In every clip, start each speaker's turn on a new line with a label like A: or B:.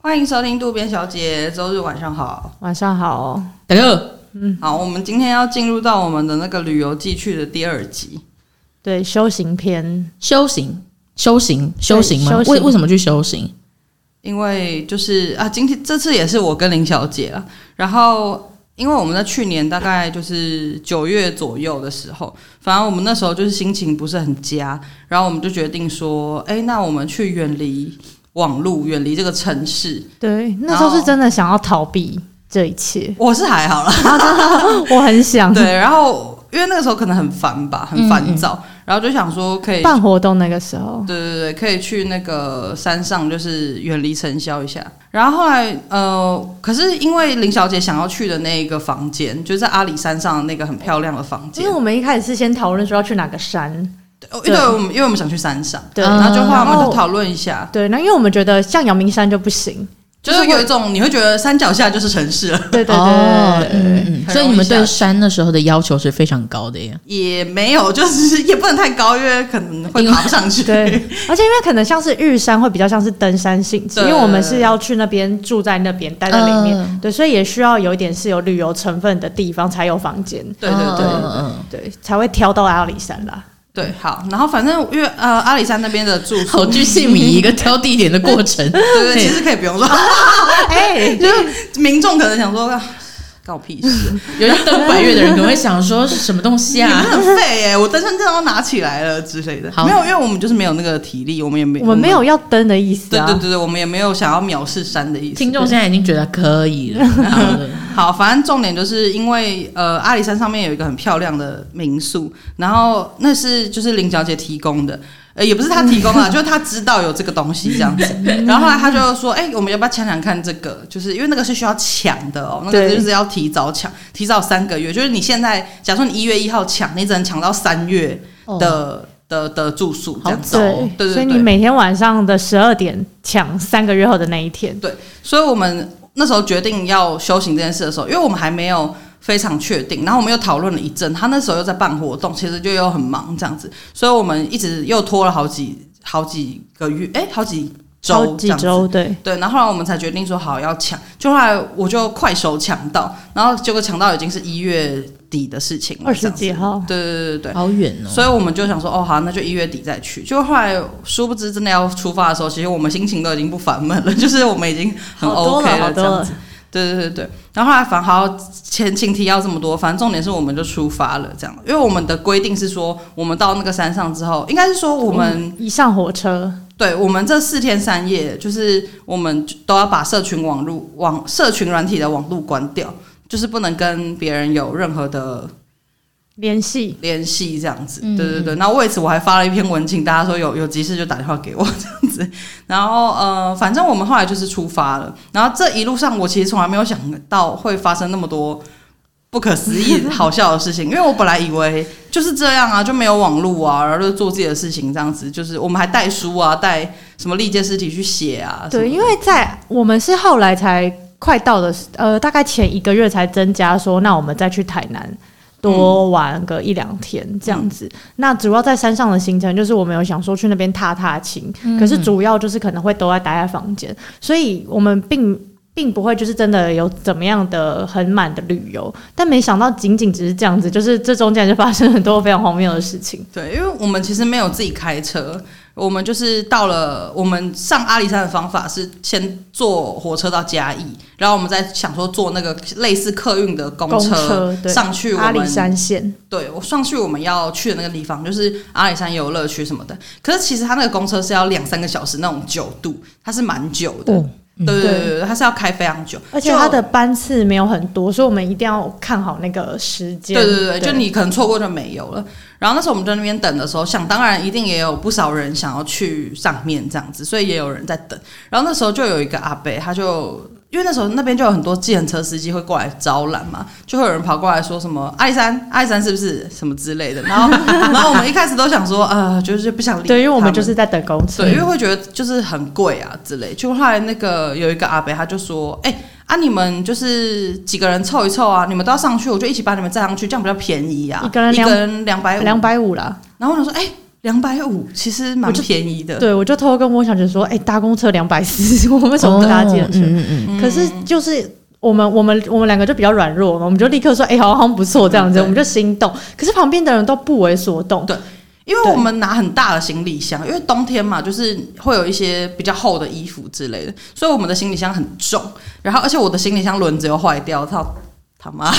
A: 欢迎收听渡边小姐，周日晚上好。
B: 晚上好，
C: 大哥，
A: 好，我们今天要进入到我们的那个旅游寄去的第二集。
B: 对修行篇，
C: 修行，修行，修行吗？
B: 修行
C: 为为什么去修行？
A: 因为就是啊，今天这次也是我跟林小姐啊，然后因为我们在去年大概就是九月左右的时候，反正我们那时候就是心情不是很佳，然后我们就决定说，哎，那我们去远离网络，远离这个城市。
B: 对，那
A: 然
B: 时
A: 后，
B: 候是真的想要逃避这一切
A: 我是还好啦，
B: 我很想
A: 对，然后因为那个时候可能很烦吧，很烦躁，然后就想说可以
B: 办活动那个时候，
A: 对对对，可以去那个山上，就是远离尘嚣一下。然后后来，呃，可是因为林小姐想要去的那一个房间，就是在阿里山上的那个很漂亮的房
B: 其
A: 间
B: 实，我们一开始是先讨论说要去哪个山，
A: 哦对，我们因为我们想去山上，
B: 对，
C: 嗯
A: 然后就话我
B: 然
A: 们
B: 后
A: 就讨论一下，
B: 对，那因为我们觉得像阳明山就不行，
A: 就是有一种你会觉得山脚下就是城市 了，
B: 对对
C: 哦
B: 对，
C: 嗯嗯嗯，
A: 很容易
C: 所以你们
A: 下
C: 对
A: 去
C: 山那时候的要求是非常高的耶。
A: 也没有，就是也不能太高，因为可能会爬不上去。
B: 对，而且因为可能像是玉山会比较像是登山性质，
A: 嗯对
B: 因为我们是要去那边住在那边待在里面，
C: 嗯
B: 对，所以也需要有一点是有旅游成分的地方才有房间，
A: 对对对
C: 嗯嗯嗯
B: 对，才会挑到阿里山 啦。
A: 对，好，然后反正因为呃阿里山那边的住
C: 嗯好
A: 宿，
C: 具细迷一个挑地点的过程。
A: 对对，其实可以不用说，
B: 哎、
A: 民众可能想说，啊搞屁事。
C: 有些登百越的人可能会想说是什么东西
A: 你们
C: 啊？
A: 很废耶、我登山证都拿起来了之类的。
C: 好
A: 没有，因为我们就是没有那个体力，我们也没，
B: 我们没。有要登的意思
A: 嗯对
B: 啊，
A: 对对对，我们也没有想要藐视山的意思。
C: 听众现在已经觉得可以了，好了，
A: 好，反正重点就是因为呃，阿里山上面有一个很漂亮的民宿，然后那是就是林小姐提供的，呃，也不是她提供 啊，就是她知道有这个东西这样子。然后后来她就说，哎、我们要不要抢抢看这个？就是因为那个是需要抢的哦，那个
B: 对
A: 就是要提早抢，提早三个月，就是你现在假如说你一月一号抢，你只能抢到三月
C: 哦
A: 的、的的住宿这
C: 好
A: 样子。
C: 早哦，
A: 对对
B: 所以
A: 对
B: 你每天晚上的十二点抢三个月后的那一天，
A: 所以我们那时候决定要修行这件事的时候，因为我们还没有非常确定，然后我们又讨论了一阵，他那时候又在办活动，其实就又很忙这样子，所以我们一直又拖了好几好几个月，哎、好几
B: 好
A: 周这
B: 几
A: 样子。
B: 周，对，
A: 对，然后后来我们才决定说好要抢，就后来我就快手抢到，然后结果抢到已经是一月底的事情了，
B: 二十
A: 这样子
B: 几。号，
A: 对对对对对，
C: 好远哦。
A: 所以我们就想说，哦，好，那就一月底再去。就后来，殊不知真的要出发的时候，其实我们心情都已经不烦闷了， 就是我们已经很
B: 好多
A: OK 啊
B: 了，好
A: 这
B: 多
A: 样
B: 了
A: 子。，对对对对。然后后来反好前情提要这么多，反正重点是我们就出发了，这样。因为我们的规定是说，我们到那个山上之后，应该是说我们、
B: 一嗯上火车，
A: 对我们这四天三夜，就是我们都要把社群网络网社群软体的网络关掉，就是不能跟别人有任何的
B: 联系，
A: 联系这样子，对对对。那为此我还发了一篇文，请大家说有有急事就打电话给我这样子。 然后呃，反正我们后来就是出发了。然后这一路上，我其实从来没有想到会发生那么多不可思议、好笑的事情，因为我本来以为就是这样啊，就没有网络啊，然后就做自己的事情这样子。就是我们还带书啊，带什么历届尸体去写啊，什么
B: 对，因为在我们是后来才快到的，呃，大概前一个月才增加说，那我们再去台南。
A: 嗯
B: 多玩个一两天这样子，那主要在山上的行程就是我们有想说去那边踏踏青，
A: 嗯
B: 可是主要就是可能会都在待在房间，所以我们并并不会就是真的有怎么样的很满的旅游，但没想到仅仅只是这样子，就是这中间就发生很多非常荒谬的事情。
A: 对，因为我们其实没有自己开车，我们就是到了我们上阿里山的方法是先坐火车到嘉义，然后我们再想说坐那个类似客运的公
B: 公车对
A: 上去我
B: 阿里
A: 们
B: 山线，
A: 对我上去我们要去的那个地方，就是阿里山游乐区什么的。可是其实它那个公车是要两三个小时那种久度，它是蛮久的。
C: 哦
A: 对对对对，它是要开非常久，
B: 嗯而且
A: 就
B: 它的班次没有很多，所以我们一定要看好那个时间。
A: 对对对，就你可能错过就没有了。然后那时候我们在那边等的时候，想当然一定也有不少人想要去上面这样子，所以也有人在等。然后那时候就有一个阿伯，他就。因为那时候那边就有很多计程车司机会过来招揽嘛，就会有人跑过来说什么“哎阿里山，阿里山是不是什么之类的”， 然后然后我们一开始都想说，呃，就是不想理他们，
B: 对，因为我们就是在等公车
A: 对，。因为会觉得就是很贵啊之类。就后来那个有一个阿伯，他就说：“哎、啊，你们就是几个人凑一凑啊，你们都要上去，我就一起把你们载上去，这样比较便宜啊，
B: 一个人
A: 一
B: 两
A: 个人两百
B: 两百五啦，
A: 然后我想说：“哎、两百五其实蛮便宜的。
B: 对，我就偷偷跟我小姐说，哎、搭公车两百四， 我为什么不搭计程车？
C: 嗯嗯
A: 嗯
B: 可是就是我们我们我们两个就比较软弱嘛，我们就立刻说，哎、好像不错这样子，
A: 嗯对
B: 我们就心动。可是旁边的人都不为所动，
A: 对因为我们拿很大的行李箱，因为冬天嘛，就是会有一些比较厚的衣服之类的，所以我们的行李箱很重。然后，而且我的行李箱轮子又坏掉，操他妈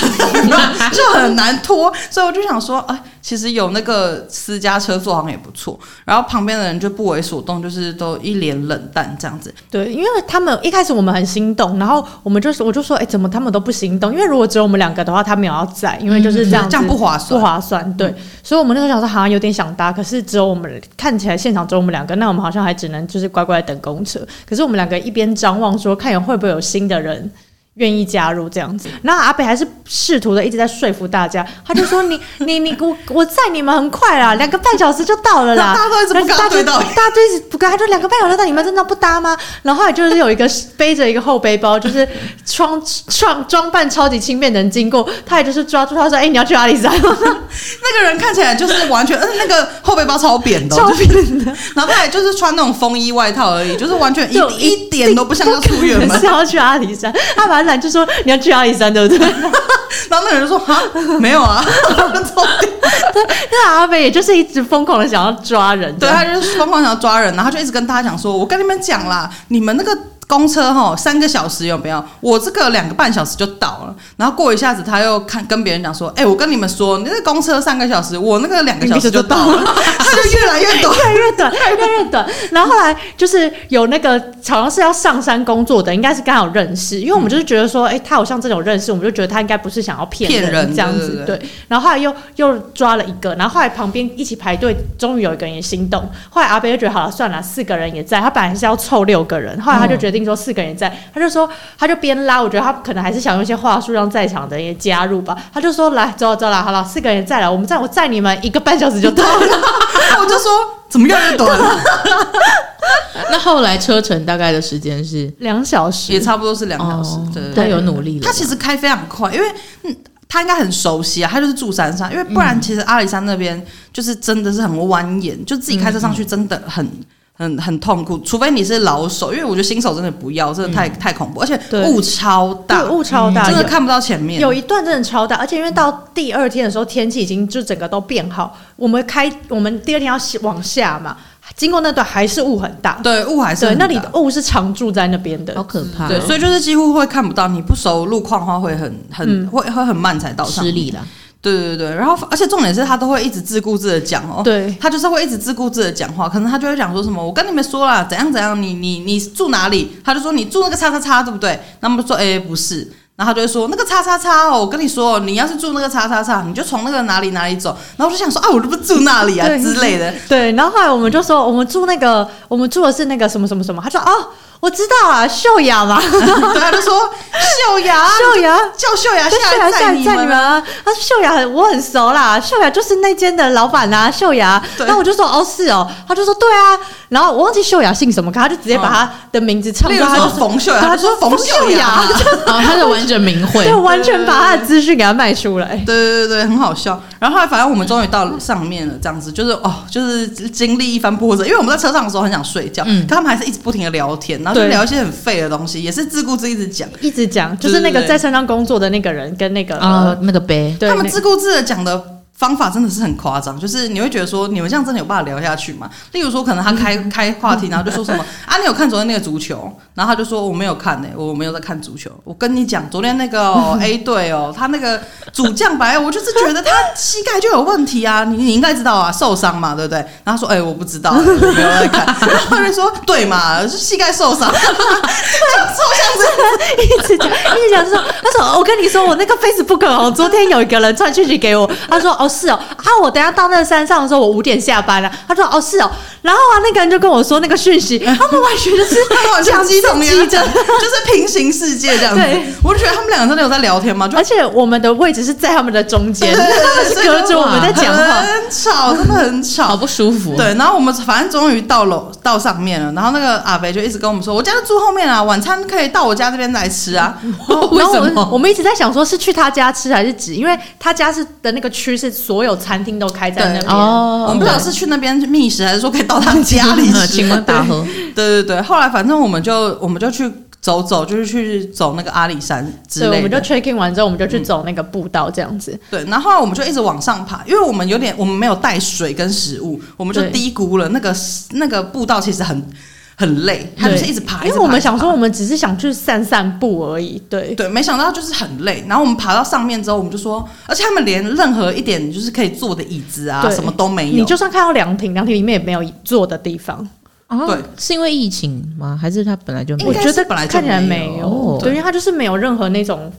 A: 就很难拖，所以我就想说，哎、其实有那个私家车坐好像也不错。然后旁边的人就不为所动，就是都一脸冷淡这样子。
B: 对，因为他们一开始我们很心动，然后我们就说我就说，哎、怎么他们都不心动？因为如果只有我们两个的话，他们也要在，因为就是这样子、
A: 嗯这样不划算
B: 不划算。嗯对，所以我们那时候想说，好像有点想搭，可是只有我们看起来现场只有我们两个，那我们好像还只能就是乖乖等公车。可是我们两个一边张望说，看有会不会有新的人。愿意加入这 样子，然后阿北还是试图的一直在说服大家，他就说你你你我我载你们很快啦，两个半小时就到了 啦。
A: 大家都一直不跟他
B: 但是
A: 对到
B: 大家大家就一直不跟，他就两个半小时到，你们真的不搭吗？然后后来就是有一个背着一个后背包，就是装装装扮超级轻便的人经过，他也就是抓住他说：“哎、你要去阿里山吗？”
A: 那个人看起来就是完全，嗯，那个后背包超扁的哦、
B: 超
A: 就是
B: 便的，
A: 然后他也就是穿那种风衣外套而已，就是完全一
B: 就
A: 一点都不像要出远
B: 可 能
A: 门
B: 是。要去阿里山。他本来就说：“你要去阿里山，对不对？”
A: 然后那个人就说：“哈，没有啊。” 超低
B: 那阿北也就是一直疯狂的想要抓人，
A: 对
B: 这样
A: 他就是疯狂想要抓人，然后他就一直跟大家讲说：“我跟你们讲啦，你们那个公车哈三个小时有没有？我这个两个半小时就到了。”然后过一下子他又看跟别人讲说：“哎、我跟你们说，你那个公车三个小时，我那个两个小时就到了。”他就越来越短。
B: 越来越 短，越来越短。然后后来就是有那个好像是要上山工作的，应该是刚好认识，因为我们就是觉得说，哎、他好像这种认识，我们就觉得他应该不是想要骗
A: 骗人
B: 这样子。
A: 对对
B: 然后后来又又抓了一个，然后后来旁边一起排队，终于有一个人也心动。后来阿北就觉得好了，算了，四个人也在，他本来是要凑六个人，后来
A: 嗯
B: 他就决定说四个人也在，他就说他就边拉，我觉得他可能还是想用一些话术让在场的人也加入吧。他就说来，走了走了，好了，四个人也在了，我们在我载你们一个半小时就到了。
A: 我就说：“怎么越来越 短？”
C: 那后来车程大概的时间是
B: 两小时
A: 也差不多是两小时
C: 哦。
A: 对对
C: 他
A: 对。
C: 有努力了吧，
A: 他其实开非常快，因为嗯，他应该很熟悉啊，他就是住山上，因为不
B: 嗯
A: 然其实阿里山那边就是真的是很蜿蜒，就自己开车上去
B: 嗯
A: 真的很。很很痛苦，除非你是老手，因为我觉得新手真的不要，真的太、太恐怖，而且
B: 嗯对
A: 雾超大，嗯
B: 对雾超大，
A: 真的
B: 有
A: 看不到前面。
B: 有一段真的超大，而且因为到第二天的时候天气已经就整个都变好，我们开我们第二天要往下嘛，经过那段还是雾很大，
A: 对雾还是
B: 对，
A: 很
B: 那
A: 大
B: 里的雾是常住在那边的
C: 好，可怕哦，
A: 对，所以就是几乎会看不到，你不熟路况的话会很很、
B: 嗯
A: 会会很慢才到上
C: 失
A: 面。
C: 礼了。
A: 对对对，然后而且重点是他都会一直自顾自的讲哦，
B: 对。
A: 他就是会一直自顾自的讲话，可能他就会讲说什么，我跟你们说啦，怎样怎样，你你你住哪里？他就说你住那个叉叉叉，对不对？那么说，哎、不是。然后他就会说那个叉叉叉哦，我跟你说，你要是住那个叉叉叉，你就从那个哪里哪里走。然后我就想说啊，我都不住那里啊
B: 对
A: 之类的。
B: 对，然后后来我们就说，我们住那个，我们住的是那个什么什么什么。他说，哦，我知道啊，秀雅 嘛，
A: 对，他就说秀雅，啊
B: 秀雅，啊
A: 叫秀雅
B: 就啊秀
A: 下
B: 雅
A: 来
B: 下
A: 载
B: 来
A: 你
B: 载你
A: 们
B: 们
A: 啊。
B: 啊！他说秀雅很我很熟啦，秀雅就是那间的老板啊，秀雅。
A: 对
B: 然后我就说哦是哦，他就说对啊，然后我忘记秀雅姓什么，可他就直接把他的名字唱
A: 啊例
B: 出
A: 如
B: 来，他
A: 说
B: 就说
A: 冯秀雅，
B: 他
A: 他
B: 就
A: 说
B: 说
A: 冯秀雅，
B: 冯
C: 哦，他的完整名 讳
B: 对，完全把他的资讯给他卖出来。
A: 对对对对，很好笑。然后后来反正我们终于到上面了，这样子就是哦，就是经历一番波折，因为我们在车上的时候很想睡觉，
C: 嗯
A: 可他们还是一直不停的聊天，然后就
B: 对
A: 聊一些很废的东西，也是自顾自一直讲。
B: 一直讲，就是那个
A: 对对对
B: 在山上工作的那个人跟那个
C: 啊
B: 呃，
C: 那个杯，
B: 对
A: 他们
B: 那
A: 自顾自的讲的方法真的是很夸张，就是你会觉得说，你们这样真的有办法聊下去吗？例如说，可能他 开、开话题，然后就说什么啊，你有看昨天那个足球？然后他就说我没有看呢、我没有在看足球。我跟你讲，昨天那个、 哦、A 队哦，他那个主将白，我就是觉得他膝盖就有问题啊，你你应该知道啊，受伤嘛，对不对？然后他说，哎、我不知道，我没有在 看。然后他就说，对嘛，是膝盖受伤，
B: 一直讲，一直讲说，他说我跟你说，我那个 Facebook 哦，昨天有一个人传讯息给我，他说哦是哦，啊我等一下到那个山上的时候，我五点下班了，他说哦是哦，然后啊那个人就跟我说那个讯息，他们完全就是
A: 他们好像
B: 讲
A: 鸡同
B: 自
A: 鸭
B: 己
A: 讲，
B: 的。
A: 就是平行世界这样子
B: 对。
A: 我就觉得他们两个真的有在聊天吗？就
B: 而且我们的位置是在他们的中间，
A: 对对对
B: 他 们是
A: 所以
B: 隔
A: 就
B: 着我们在讲话，
A: 很吵，真的很
C: 好
A: 吵。
C: 不舒服。
A: 对，然后我们反正终于到楼到上面了，然后那个阿北就一直跟我们说，我家就住后面啊，晚餐可以到我家这边来吃啊。
B: 然后
C: 为什
B: 然后我
C: 么
B: 我们一直在想说，是去他家吃还是指，因为他家是的那个区是所有餐厅都开在那
A: 对
B: 边。
C: 哦
A: 我们不知道是去那边觅食，还是说可以到他家里吃。
C: 请问打和
A: 对对对，后来反正我们就我们就去走走，就是去走那个阿里山之
B: 对，我
A: 类
B: 们就
A: 的。
B: check in 完之后，我们就去走那个步道这样子。
A: 对，然后后来我们就一直往上爬，因为我们有点我们没有带水跟食物，我们就
B: 对
A: 低估了那个那个步道其实很很累，它就是一直爬，一
B: 因
A: 直
B: 为
A: 爬
B: 我
A: 一
B: 们
A: 直
B: 想
A: 爬
B: 说，我们只是想去散散步而已。对，
A: 对，没想到就是很累。然后我们爬到上面之后，我们就说，而且他们连任何一点就是可以坐的椅子啊，
B: 对
A: 什么都没有。
B: 你就算看到凉亭，凉亭里面也没有坐的地方。
C: 啊
A: 对，
C: 是因为疫情吗？还是他本来就没
A: 应
B: 我
A: 该
B: 觉
A: 是
B: 得
A: 本来就
B: 看起来
A: 没
B: 没
A: 有
B: 有，对，
C: 对
B: 因为它就是没有任何那种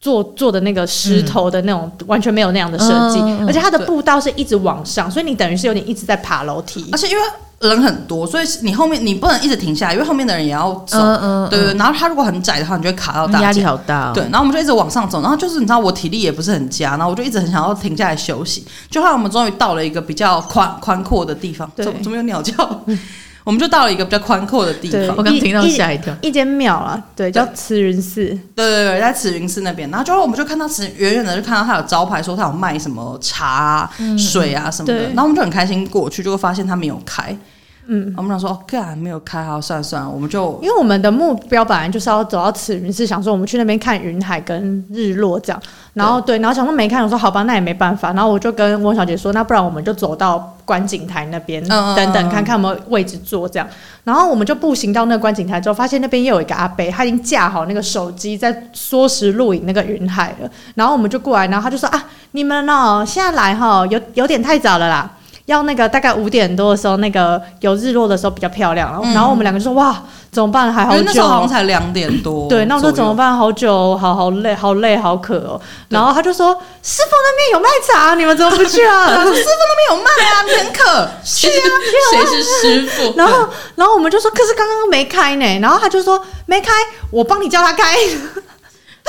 B: 做做的那个石头的那种，完全没有那样的设计
C: 嗯嗯嗯，
B: 而且它的
A: 对
B: 步道是一直往上，所以你等于是有点一直在爬楼梯
A: 而。且因为人很多，所以你后面你不能一直停下来，因为后面的人也要走。
C: 嗯
A: 对对，然后他如果很窄的话，你就会卡到大家。
C: 嗯压力好大哦。
A: 对，然后我们就一直往上走，然后就是你知道我体力也不是很佳，然后我就一直很想要停下来休息。就后来我们终于到了一个比较宽宽阔的地方，
B: 对
A: 怎么怎么有鸟叫？我们就到了一个比较宽阔的地
B: 对
A: 方
C: 我，刚听到
B: 一
C: 吓一跳。
B: 一间庙啊，对，叫慈云寺，
A: 对对对，在慈云寺那边，然后就我们就看到慈远远的就看到他有招牌说他有卖什么茶、啊水啊什么的，
B: 对
A: 然后我们就很开心过去，就会发现他没有开，
B: 嗯
A: 然，后我们想说哦，干没有开，好算了算了，我们就
B: 因为我们的目标本来就是要走到慈云寺，想说我们去那边看云海跟日落这样，然后对，然后想说没看，我说好吧，那也没办法，然后我就跟翁小姐说，那不然我们就走到观景台那边、
A: 嗯
B: 等等看看有没有位置坐这样，然后我们就步行到那个观景台之后，发现那边也有一个阿伯，他已经架好那个手机在缩时录影那个云海了，然后我们就过来，然后他就说啊，你们哦现在来哈、有有点太早了啦。要那个大概五点多的时候，那个有日落的时候比较漂亮。然后
A: 嗯
B: 然后我们两个就说哇，怎么办？还
A: 因
B: 好
A: 为那时
B: 久
A: 候好像
B: 哦。
A: 才两点多左右，
B: 对，那我说怎么办？好久哦，好好累，好累，好渴哦。然后他就说：“师傅那边有卖茶，你们怎么不去啊？”
A: 啊？ 师傅那边有卖啊，你很渴，
C: 谁是谁是 师傅？
B: 然后，然后我们就说：“可是刚刚没开呢。”然后他就说：“没开，我帮你叫他开。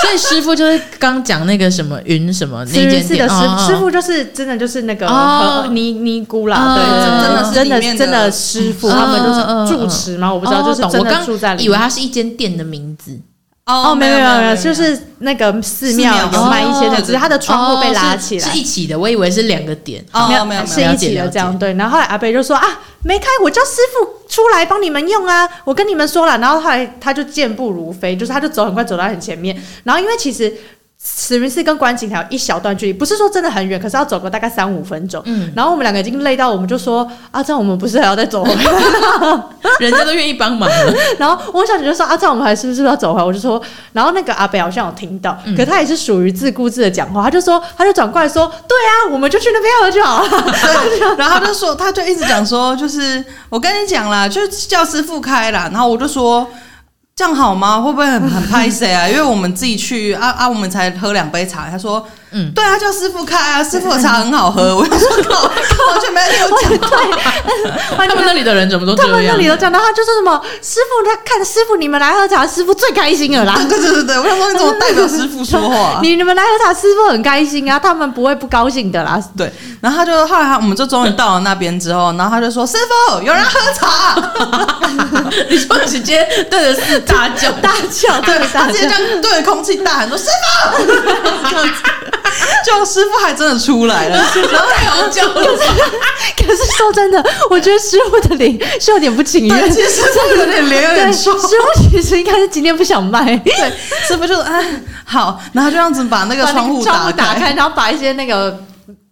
C: 所以师傅就是刚讲那个什么云什么”那
B: 慈云
C: 间
B: 寺
C: 店
B: 的师、
C: 哦
B: 师傅就是真的就是那个
C: 哦
B: 和尼尼姑啦，
C: 哦
B: 对
A: 真的是
B: 嗯对对，真
A: 里面
B: 的
A: 的
B: 真的师傅，
C: 嗯
B: 他们就
C: 嗯嗯嗯
B: 是住持嘛，我不知道，
C: 哦
B: 就是
C: 懂
B: 真
C: 我
B: 的
C: 刚
B: 住在里
C: 以为
B: 面。
C: 它是一间店的名字，
A: 哦
B: 哦，没有
A: 有
B: 没有没
A: 有
B: 有，就是那个寺
A: 寺
B: 庙
A: 庙
B: 有卖一些
A: 哦
B: 的，只是它的窗户被拉起来
C: 哦是，是一起的，我以为是两个点。
A: 哦没有没有
B: 是
A: 没有，
B: 一
C: 了解
B: 起的
C: 了解
B: 这样对。然后后来阿北就说啊，没开，我叫师傅出来帮你们用啊，我跟你们说了。然后后来他就健步如飞，就是他就走很快走到很前面。然后因为其实。慈云寺跟观景台有一小段距离，不是说真的很远，可是要走个大概三五分钟。
C: 嗯，
B: 然后我们两个已经累到，我们就说啊，这样我们不是还要再走 回来？
C: 人家都愿意帮忙了。
B: 然后我小姐就说啊，这样我们还是不是要走回来？我就说，然后那个阿北好像有听到，可他也是属于自顾自的讲话，他就说，他就转过来说，对啊，我们就去那边喝就好了。
A: 对， 然后他就说，他就一直讲说，就是我跟你讲啦，就是叫师傅开啦。然后我就说，这样好吗？会不会很很拍谁啊？因为我们自己去啊啊，我们才喝两杯茶。他说，嗯，
C: 嗯
A: 对啊，叫师傅开啊，师傅的茶很好喝。我就说，靠，完全没有听我讲。
C: 他们那里的人怎么都
B: 他们
C: 这
B: 那
C: 样啊
B: 里？都讲到，他就说什么师傅，他看师傅你们来喝茶，师傅最开心了啦。
A: 对对对对，我想说你怎么代表师傅说话、
B: 你你们来喝茶，师傅很开心啊，他们不会不高兴的啦。
A: 对，然后他就后来他我们就终于到了那边之后，然后他就说：“师傅，有人要喝茶。”
C: 你就直接对着四大 叫，
B: 大叫，
A: 对
B: 对，
A: 他
B: 大
A: 直接这
B: 叫。
A: 样对着空气大喊说：“师傅！” 这样子，就师傅还真的出来了，然后
C: 太好叫了。
B: 可是说真的，我觉得师傅的脸是有点不情
A: 对，
B: 愿。
A: 其实师傅有点脸有
B: 对，
A: 点
B: 师
A: 臭。
B: 傅其实应该是今天不 想卖，
A: 对，师傅就说：“哎，好。”然后就这样子把那个
B: 把那
A: 窗户
B: 窗户打
A: 开。
B: 开，然后把一些那个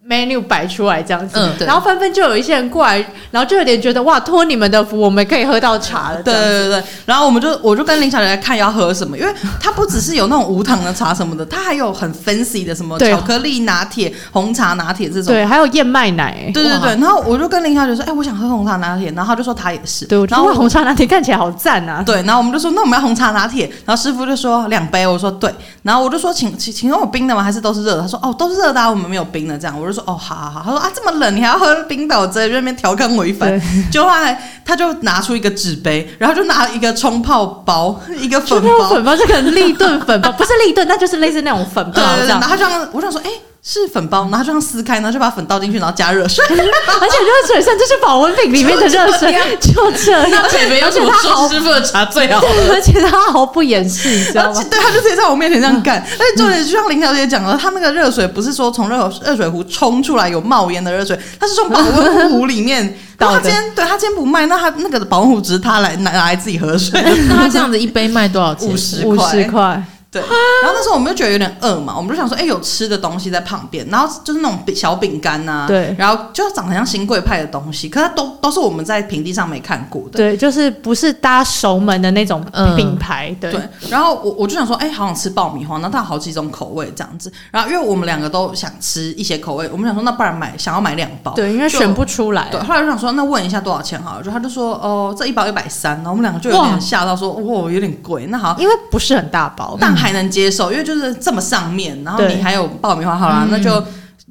B: menu 摆出来这样子。
C: 嗯对
B: 然后纷纷就有一些人过来，然后就有点觉得哇，托你们的福，我们可以喝到茶了。
A: 对对对对，然后我们就我就跟林小姐来看要喝什么，因为它不只是有那种无糖的茶什么的，它还有很 fancy 的什么
B: 对
A: 巧克力拿铁、红茶拿铁这种。
B: 对，还有燕麦奶。
A: 对对
C: 哇
A: 对，然后我就跟林小姐说：“哎，我想喝红茶拿铁。”然后她就说她也是。
B: 对，我觉
A: 然
B: 得
A: 后
B: 哇红茶拿铁看起来好赞啊！
A: 对，然后我们就说那我们要红茶拿铁，然后师傅就说两杯，我说对，然后我就说请请请问有冰的吗？还是都是热的？他说哦都是热的、啊，我们没有冰的这样，我就说哦好好好，他说啊这么冷你还要喝冰的，我直接在那边调侃我一番， 就后来他就拿出一个纸杯，然后就拿一个冲泡包， 一个粉
B: 就那种
A: 包，
B: 粉包，这个立顿粉包，不是立顿，那就是类似那种粉包
A: 对对
B: 这
A: 对，然
B: 样
A: 后。他就这样我想说哎。是粉包，然后就让撕开，然后就把粉倒进去，然后加热水。
B: 而且热水甚至是保温瓶里面的热 水，就这样。
C: 那北没有什么说师傅的茶最好。
B: 而且他毫不掩饰，你知
A: 然
B: 道
A: 后
B: 吗
A: 就？对，他就直接在我面前这样干。而且重点就像林小姐讲的，他那个热水不是说从热热水壶冲出来有冒烟的热水，他是从保温壶里 面
B: 倒的
A: 他今天对他今天不卖，那他那个保温壶只是他来拿拿来自己喝 水。
C: 那他这样子一杯卖多少钱？
A: 50
B: 五
A: 块
B: 十块，
A: 对，然后那时候我们就觉得有点饿嘛，我们就想说，哎、有吃的东西在旁边，然后就是那种饼小饼干呐，
B: 对
A: 然后就长得像新贵派的东西，可它都都是我们在平地上没看过的。
B: 对，就是不是搭熟门的那种
C: 嗯
B: 品牌，对，
A: 对，然后我我就想说，哎、好想吃爆米花，那它有好几种口味这样子。然后因为我们两个都想吃一些口味，我们想说，那不然买想要买两包。
B: 对，因为
A: 就
B: 选不出来
A: 对，，后来我想说，那问一下多少钱好了，就他就说，哦，这一包一百三，然后我们两个就有
C: 哇
A: 点吓到说，哇，有点贵。那好，
B: 因为不是很大包，
A: 但还能接受，因为就是这么上面，然后
B: 对嗯
A: 你还有爆米花，好啦，那就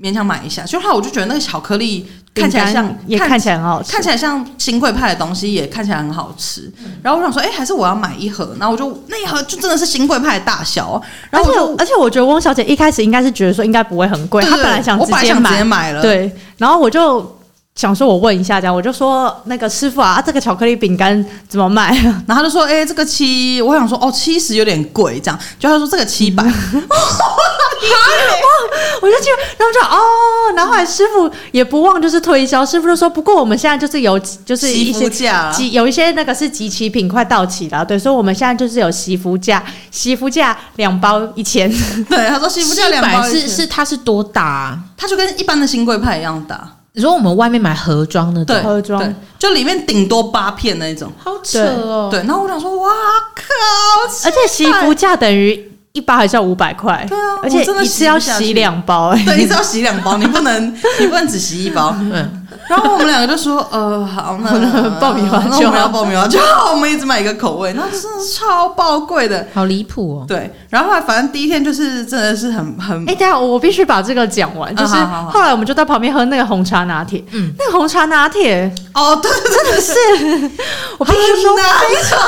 A: 勉强买一下。就后来我就觉得那个巧克力看起来
B: 饼干
A: 像
B: 也看起来很好吃
A: 看，起来像新贵派的东西，也看起来很好吃。然后我想说，哎、还是我要买一盒。然后我就那一盒就真的是新贵派的大小，然
B: 而
A: 后
B: 且
A: 我就
B: 我而且我觉得翁小姐一开始应该是觉得说应该不会很贵，
A: 对
B: 她本来想
A: 我
B: 直
A: 本来
B: 接
A: 想直
B: 买
A: 接，买了，
B: 对，然后我就。想说，我问一下，这样我就说，那个师傅啊，啊这个巧克力饼干怎么卖？
A: 然后他就说：“哎、这个七，我想说哦，七十有点贵，这样。”就他说这个七
B: 嗯
A: 百，
B: 我就觉得，然后就哦，然后后来师傅也不忘就是推销，师傅就说，不过我们现在就是有就是
A: 媳
B: 一些
A: 妇价
B: 集有一些那个是集齐品快到期了，对，所以我们现在就是有媳妇价，媳妇价两包一 千，
A: 对，他说媳妇价两
C: 百
A: 包
C: 是，是它是多大、啊？
A: 他就跟一般的新贵派一样大，
C: 你说我们外面买盒装的，
A: 对，
B: 盒装
A: 对，就里面顶多八片那一种。
C: 好扯哦。
A: 对，然后我想说，哇靠！
B: 而且媳妇价等于一包还是要五百块，
A: 对啊
B: 而且
A: 我真的
B: 一
A: 洗
B: 次
A: 不
B: 要
A: 下
B: 洗
A: 去
B: 两包、哎，
A: 对，你只要洗两包，你不能，你不能只洗一包。
C: 嗯，
A: 然后我们两个就说，呃，好，那
B: 爆米花
A: 那
B: 就
A: 我们要
B: 好
A: 爆米花就好，我们一直买一个口味，那真的是超爆贵的。
C: 好离谱哦。
A: 对，然后后来反正第一天就是真的是很很
B: 哎、等一下我必须把这个讲完，就是
A: 好好好
B: 后来我们就在旁边喝那个红茶拿铁，
C: 嗯
B: 那个红茶拿铁
A: 哦，对对对，
B: 是，我必须说
A: 非常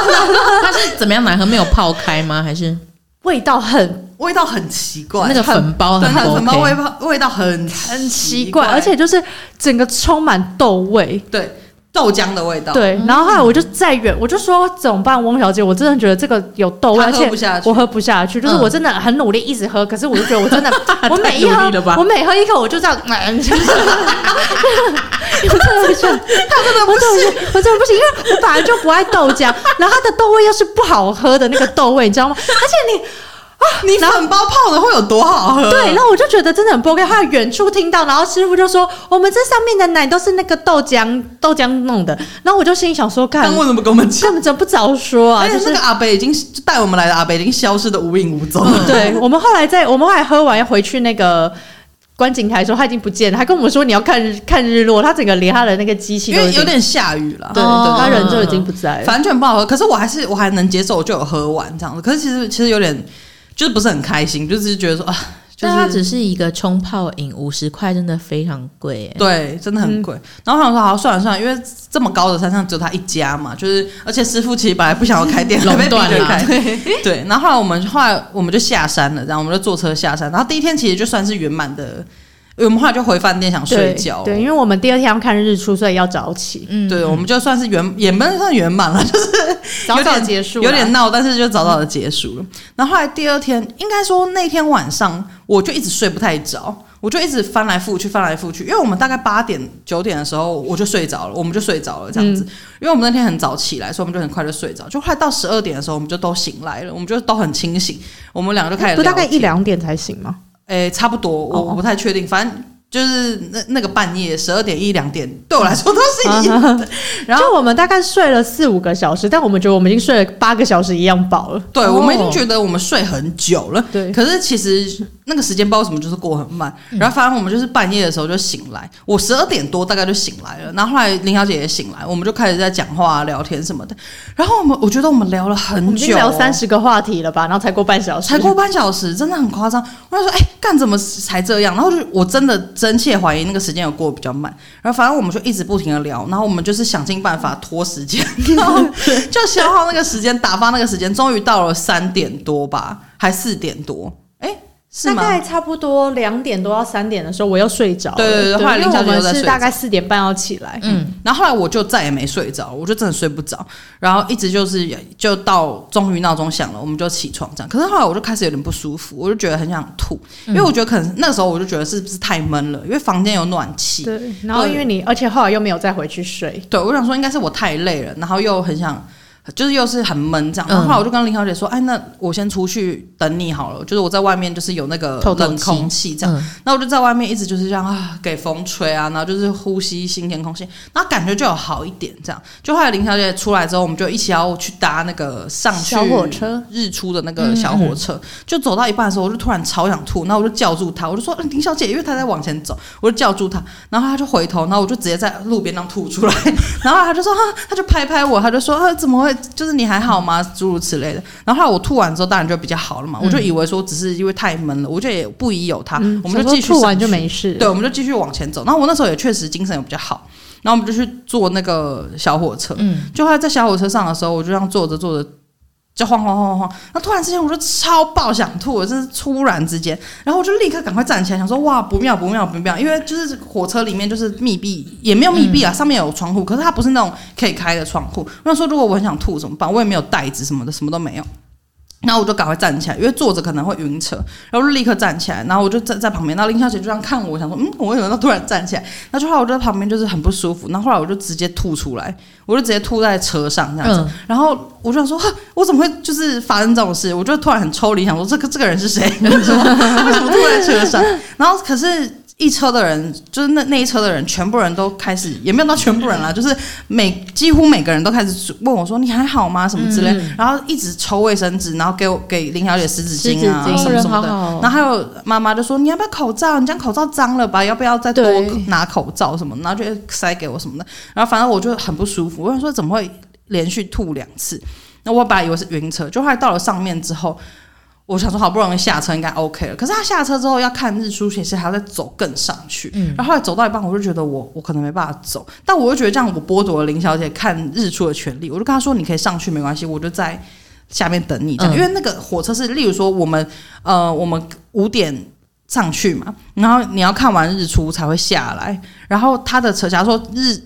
C: 它是怎么样？奶盒没有泡开吗？还是
B: 味道很
A: 味道很奇怪，
C: 那个
A: 很
C: 粉包
A: 对
C: 很
A: 它的
C: 不
A: 粉包
C: OK？
A: 味道味道很
B: 很奇
A: 奇
B: 怪，而且就是整个充满豆味，
A: 对豆浆的味道，
B: 对，然后后来我就再远，我就说怎么办，翁小姐，我真的觉得这个有豆味，
A: 她
B: 而
A: 喝
B: 且
A: 不下去
B: 我喝不下去，就是
C: 嗯
B: 我真的很努力一直喝，可是我就觉得我真的，我每一
C: 太
B: 喝
C: 努力了吧，
B: 我每喝一口我就这样， 哎就是我真的不行，
A: 它真的
B: 我
A: 不
B: 真
A: 是
B: 的不 行，我真的不行，因为我本来就不爱豆浆，然后它的豆味又是不好喝的那个豆味，你知道吗？而且你
A: 你粉包泡的会有多好喝？
B: 对，然后我就觉得真的很不 OK。后来远处听到，然后师傅就说我们这上面的奶都是那个豆浆豆浆弄的，然后我就心里想说，看
A: 但为什么跟我们讲？
B: 他们怎么不早说啊？
A: 而
B: 就
A: 且
B: 是嗯
A: 那个阿北已经就带我们来的阿北已经消失的无影无踪了。
B: 对，我们后来在我们后来喝完要回去那个观景台的时候，他已经不见了，他跟我们说你要看日看日落，他整个连他的那个机器
A: 因
B: 都
A: 为
B: 已经
A: 有点下雨了，
B: 对
C: 哦
B: 对，他人就已经不在了。
A: 反正就很不好喝。可是我还是我还能接受，我就有喝完这样子。可是其实其实有点就是不是很开心，就是觉得说啊，就
C: 但它
A: 是
C: 只是一个冲泡饮，五十块真的非常贵耶。
A: 对，真的很贵。然后我想说，好算了算了，因为这么高的山上只有他一家嘛，就是而且师傅其实本来不想要开店，
C: 垄
A: 还被逼
C: 断
A: 着
C: 了
A: 开。对，然后后来我们后来我们就下山了，然后我们就坐车下山。然后第一天其实就算是圆满的，我们后来就回饭店想睡
B: 对
A: 觉。
B: 对，因为我们第二天要看日出，所以要早起，
C: 嗯，
A: 对，我们就算是圆，也不能算圆满了，就是
B: 早
A: 有
B: 早
A: 点
B: 结束啦，
A: 有点闹，但是就早早的结束了。然后后来第二天，应该说那天晚上我就一直睡不太着，我就一直翻来覆去，翻来覆去，因为我们大概八点九点的时候我就睡着了，我们就睡着了这样子。
B: 嗯
A: 因为我们那天很早起来，所以我们就很快就睡着。就快到十二点的时候，我们就都醒来了，我们就都很清醒，我们两个就开始
B: 不大概
A: 聊天
B: 一两点才醒吗？
A: 诶、差不多，我
B: 哦
A: 我不太确定，反正。就是那那个半夜十二点一两点，对我来说都是一样 然后
B: 就我们大概睡了四五个小时，但我们觉得我们已经睡了八个小时一样饱了。
A: 对，
C: 哦
A: 我们已经觉得我们睡很久了，
B: 对嗯
A: 可是其实那个时间不知道为什么就是过很慢，然后反正我们就是半夜的时候就醒来，我十二点多大概就醒来了，然后后来林小姐也醒来，我们就开始在讲话、啊聊天什么的，然后我们我觉得我们聊了
B: 我
A: 很
B: 们已经
A: 久、哦
B: 聊三。十个话题了吧，然后哦才过半小时，
A: 才过半小时，真的很夸张。我就说，哎、干怎么才这样？然后就我真的真切怀疑那个时间有过得比较慢。然后反正我们就一直不停的聊，然后我们就是想尽办法拖时间，然后就消耗那个时间，打发那个时间。终于到了三点多吧，还四点多，哎、是
B: 大
A: 吗？
B: 概差不多两点多到三点的时候，我又睡着了。
A: 对对对后来
B: 因
A: 林
B: 为
A: 小
B: 我
A: 姐又在
B: 们
A: 睡
B: 是
A: 着
B: 大概四点半要起来。
C: 嗯，
A: 然后后来我就再也没睡着，我就真的睡不着，然后一直就是就到终于闹钟响了，我们就起床这样。可是后来我就开始有点不舒服，我就觉得很想吐，因为我觉得可能那时候我就觉得是不是太闷了，因为房间有暖气，
B: 对，嗯然后因为你，而且后来又没有再回去睡，
A: 对，我想说应该是我太累了，然后又很想，就是又是很闷这样。
C: 嗯
A: 然后后来我就跟林小姐说：“哎，那我先出去等你好了，就是我在外面就是有那个
C: 透透
A: 冷
C: 气
A: 空气这样。
C: 嗯
A: 那我就在外面一直就是这样啊，给风吹啊，然后就是呼吸新鲜空气，然后感觉就有好一点这样。就后来林小姐出来之后，我们就一起要去搭那个上去
B: 小火车嗯
A: 日出的那个小火车，就走到一半的时候，我就突然超想吐，然后我就叫住她，我就说、嗯林小姐，因为她在往前走，我就叫住她，然后她就回头，然后我就直接在路边上吐出来， 然后她就说，哈，她就拍拍我，她就说，啊，怎么会？就是你还好吗？诸如此类的。然后后来我吐完之后，当然就比较好了嘛，我就以为说只是因为太闷了，我就也不疑有他，
B: 嗯
A: 我们就
B: 想说
A: 继续
B: 吐完
A: 上
B: 就
A: 去
B: 没事。
A: 对，我们就继续往前走。然后我那时候也确实精神有比较好，然后我们就去坐那个小火车。
C: 嗯，
A: 就后来在小火车上的时候，我就这样坐着坐着。就晃晃晃晃晃，那突然之间我就超爆想吐，我真是突然之间，然后我就立刻赶快站起来，想说哇不妙不妙不妙，因为就是火车里面就是密闭，也没有密闭啊，上面有窗户，可是它不是那种可以开的窗户。我想说如果我很想吐怎么办？我也没有袋子什么的，什么都没有。然后我就赶快站起来，因为坐着可能会晕车，然后我就立刻站起来，然后我就在在旁边，然后林小姐就这样看我，想说，嗯，我为什么突然站起来？那就后来我就在旁边就是很不舒服，然后后来我就直接吐出来，我就直接吐在车上这样子，
C: 嗯
A: 然后我就想说，哼我怎么会就是发生这种事？我就突然很抽离，想说这个这个人是谁？ 为什么为什么吐在车上？然后可是。一车的人，就是那那一车的人，全部人都开始，也没有到全部人 啦，就是每几乎每个人都开始问我说：“你还好吗？”什么之类，
C: 嗯
A: 然后一直抽卫生纸，然后给我给林小姐湿纸巾啊
C: 湿纸巾
A: 什么
C: 人
A: 什么
C: 好
A: 的。
C: 好哦
A: 然后还有妈妈就说：“你要不要口罩？你这样口罩脏了吧？要不要再多
B: 对
A: 拿口罩什么？”然后就塞给我什么的。然后反正我就很不舒服，我想说怎么会连续吐两次？那我本来以为是晕车，就后来到了上面之后，我想说好不容易下车应该 OK 了，可是他下车之后要看日出，其实还要再走更上去。
C: 嗯
A: 然后后来走到一半，我就觉得我我可能没办法走，但我又觉得这样我剥夺了林小姐看日出的权利，我就跟她说你可以上去没关系，我就在下面等你这样，
C: 嗯
A: 因为那个火车是，例如说我们呃我们五点。上去嘛，然后你要看完日出才会下来。然后他的车，假如说日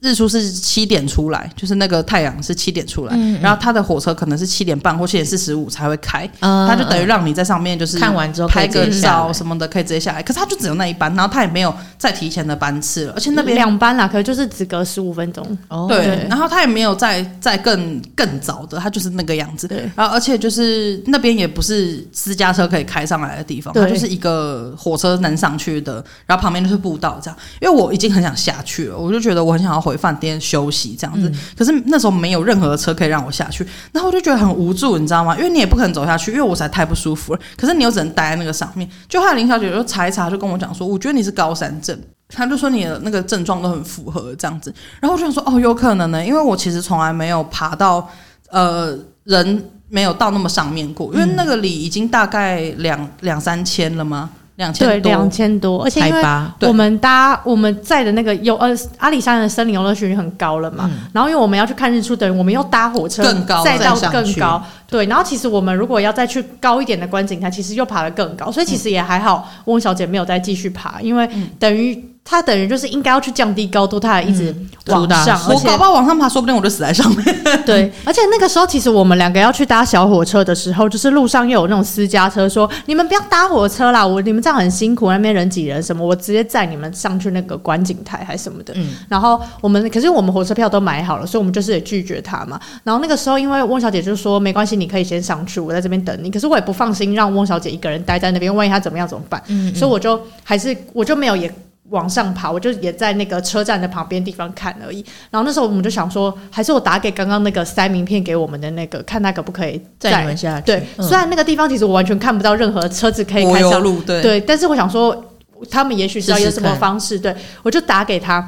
A: 日出是七点出来，就是那个太阳是七点出来，
C: 嗯
A: 然后他的火车可能是七点半或七点四十五才会开，
C: 他
A: 他就等于让你在上面就是
C: 嗯看完之后可
A: 拍
C: 以
A: 个
C: 直接下
A: 照
C: 来
A: 什么的，可以直接下来。可是他就只有那一班，然后他也没有再提前的班次了，而且那边
B: 两班啦，可能就是只隔十五分钟。
C: 哦
A: 对，
B: 对
A: 然后他也没有再再更更早的，他就是那个样子
B: 对。
A: 然后而且就是那边也不是私家车可以开上来的地方，
B: 对
A: 它就是一个火车能上去的，然后旁边就是步道这样。因为我已经很想下去了，我就觉得我很想要回饭店休息这样子，
B: 嗯
A: 可是那时候没有任何车可以让我下去，然后我就觉得很无助，你知道吗？因为你也不可能走下去，因为我实在太不舒服了。可是你又只能待在那个上面。就后来林小姐就查一查，就跟我讲说，我觉得你是高山症。她就说你的那个症状都很符合这样子，然后我就想说，哦，有可能呢、因为我其实从来没有爬到呃人没有到那么上面过，因为
B: 嗯
A: 那个里已经大概两两三千了吗？两
B: 对，
A: 千多，
B: 两千多，而且
C: 海
B: 因为
C: 拔
A: 对
B: 我们搭我们在的那个游呃阿里山的森林游乐区很高了
C: 嗯
B: 嘛，然后因为我们要去看日出，等于我们又搭火车
A: 更高
B: 再到
C: 再上
B: 更
C: 去
B: 高，对，然后其实我们如果要再去高一点的观景台，其实又爬得更高，所以
C: 嗯
B: 其实也还好，翁小姐没有再继续爬，因为等于她等于就是应该要去降低高度，她还一直往
C: 嗯主打
B: 上，而
A: 我
B: 且
A: 搞不好往上爬，说不定我就死在上面。
B: 对，而且那个时候其实我们两个要去搭小火车的时候，就是路上又有那种私家车说：“你们不要搭火车啦，我你们这样很辛苦，那边人挤人什么，我直接载你们上去那个观景台还什么的。
C: 嗯
B: 然后我们可是我们火车票都买好了，所以我们就是也拒绝他嘛。然后那个时候因为翁小姐就说：“没关系，你可以先上去，我在这边等你。”可是我也不放心让翁小姐一个人待在那边，万一她怎么样怎么办？
C: 嗯
B: 所以我就还是我就没有也往上爬，我就也在那个车站的旁边地方看而已。然后那时候我们就想说，还是我打给刚刚那个塞名片给我们的那个，看他可不可以
C: 载你们下去，
B: 对，
C: 嗯
B: 虽然那个地方其实我完全看不到任何车子可以
A: 柏
B: 开
A: 油
B: 上，
A: 路对
B: 对，但是我想说他们也许知道
C: 试试
B: 有什么
C: 看
B: 方式，对我就打给他。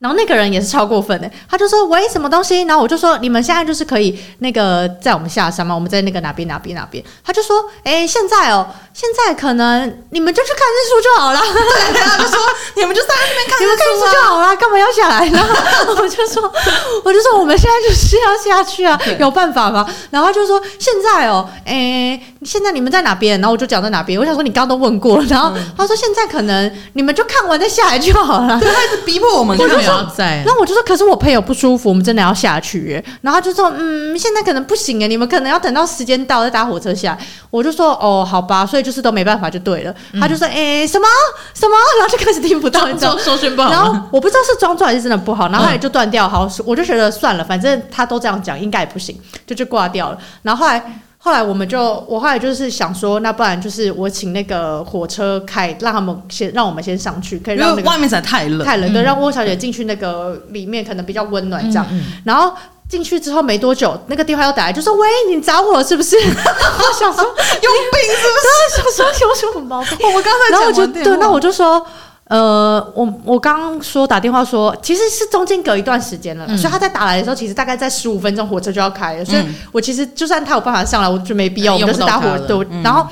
B: 然后那个人也是超过分的、他就说喂什么东西，然后我就说你们现在就是可以那个在我们下山嘛，我们在那个哪边哪边哪边，他就说哎、现在哦，现在可能你们就去看日出就好了，
A: 对啊，就说你们就在那边看
B: 你们
A: 日
B: 看日
A: 出
B: 出就好了，干嘛要下来？然后 我就说我就说我们现在就是要下去啊，有办法吗？然后他就说现在哦，哎、现在你们在哪边？然后我就讲在哪边，我想说你刚刚都问过了，然后他说现在可能你们就看完再下来就好了。
A: 对，他一直逼迫我们
C: 为
A: 看
C: 什么
A: 日出
C: 要啊在？
B: 那我就说，可是我朋友不舒服，我们真的要下去耶。然后他就说，嗯，现在可能不行哎，你们可能要等到时间到再搭火车下来。我就说，哦，好吧，所以就是都没办法就对了。他就说，哎、什么什么，然后就开始听不到，你知道
C: 收
B: 吗。
C: 收
A: 啊
C: 讯不好
B: 然
C: 吗，
B: 后我不知道是装作还是真的不好，然后
C: 嗯
B: 后来就断掉，好，我就觉得算了，反正他都这样讲，应该也不行，就就挂掉了。然后后来后来我们就，我后来就是想说，那不然就是我请那个火车开，让他们先让我们先上去，可以
A: 因
B: 让那
A: 为
B: 个
A: 外面实在太冷，嗯
B: 太冷，对，让汪小姐进去那个里面可能比较温暖这样。
C: 嗯
B: 然后进去之后没多久，那个电话又打来，就说：“喂，你找我是不是？” 我想
A: 有
B: 说，
A: 病是不
B: 我想说 有什么毛病？
A: 是？我刚才
B: 然后我
A: 讲
B: 就
A: 完电话
B: 对，那我就说。呃，我我刚说打电话说，其实是中间隔一段时间了啦，所以他在打来的时候，其实大概在十五分钟火车就要开了，所以
A: 嗯哎
B: 我其实就算他有办法上来，我就没必要，我
C: 嗯
B: 们就是搭火
C: 用不到他
B: 对，我然后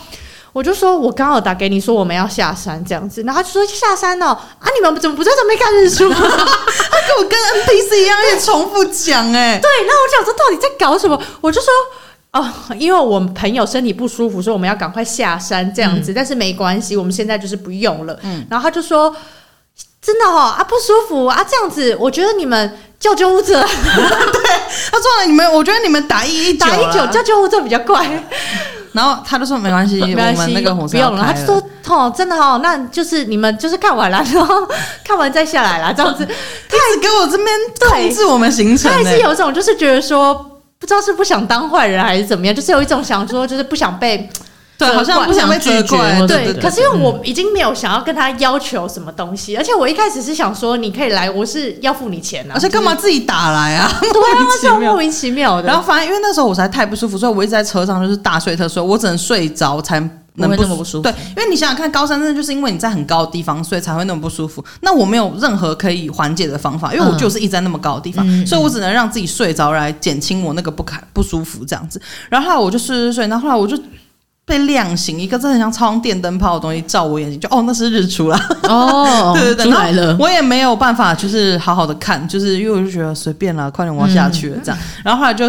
B: 我就说，我刚好打给你说我们要下山这样子，然后他就说下山哦，啊你们怎么不在这边看日出？
A: 他跟我跟 NPC 一样，一直重复讲哎、
B: 对，那我想说到底在搞什么？我就说。哦，因为我们朋友身体不舒服，所以我们要赶快下山这样
A: 嗯
B: 子。但是没关系，我们现在就是不用了。然后他就说：“真的哦，啊不舒服啊，这样子，我觉得你们叫救护 车，
A: 他说了你们，我觉得你们打一一
B: 打一九
A: 九，
B: 叫救护车比较快。
A: 然后他就说没关系，
B: 没关
A: 我们
B: 系，
A: 那个火
B: 不
A: 车要
B: 用了。”他
A: 开
B: 就说：“哦，真的哦，那就是你们就是看完了，然后 看完再下来啦，这样 子。”
A: 一直给我这边控制我们行程、
B: 他还
A: 欸，
B: 是有一种就是觉得说。不知道是不想当坏人还是怎么样，就是有一种想说，就是不想被
A: 对，好像不想被责怪，
C: 不想拒绝或者
A: 哦对嗯
B: 对
C: 对
B: 可是因为我已经没有想要跟他要求什么东西，而且我一开始是想说你可以来，我是要付你钱啊，
A: 而且干嘛自己打来啊？
B: 就是？对啊，这
A: 莫名其妙
B: 种莫名其妙的。
A: 然后反正因为那时候我实在太不舒服，所以我一直在车上就是大睡特睡，我只能睡着才能
C: 不会
A: 不
C: 那么不舒服
A: 对，因为你想想看，高山症就是因为你在很高的地方，所以才会那么不舒服。那我没有任何可以缓解的方法，因为我
C: 嗯
A: 就是一直在那么高的地方，
C: 嗯
A: 所以我只能让自己睡着来减轻我那个不开不舒服这样子。然后后来我就睡睡睡，然后后来我就。被亮醒，一个真的很像超电灯泡的东西照我眼睛，就哦，那是日出啦。，
C: 哦
A: 对对对，
C: 出来
A: 然
C: 了
A: 后。我也没有办法，就是好好的看，就是因为我就觉得随便啦，快点我要下去了 这样。然后后来就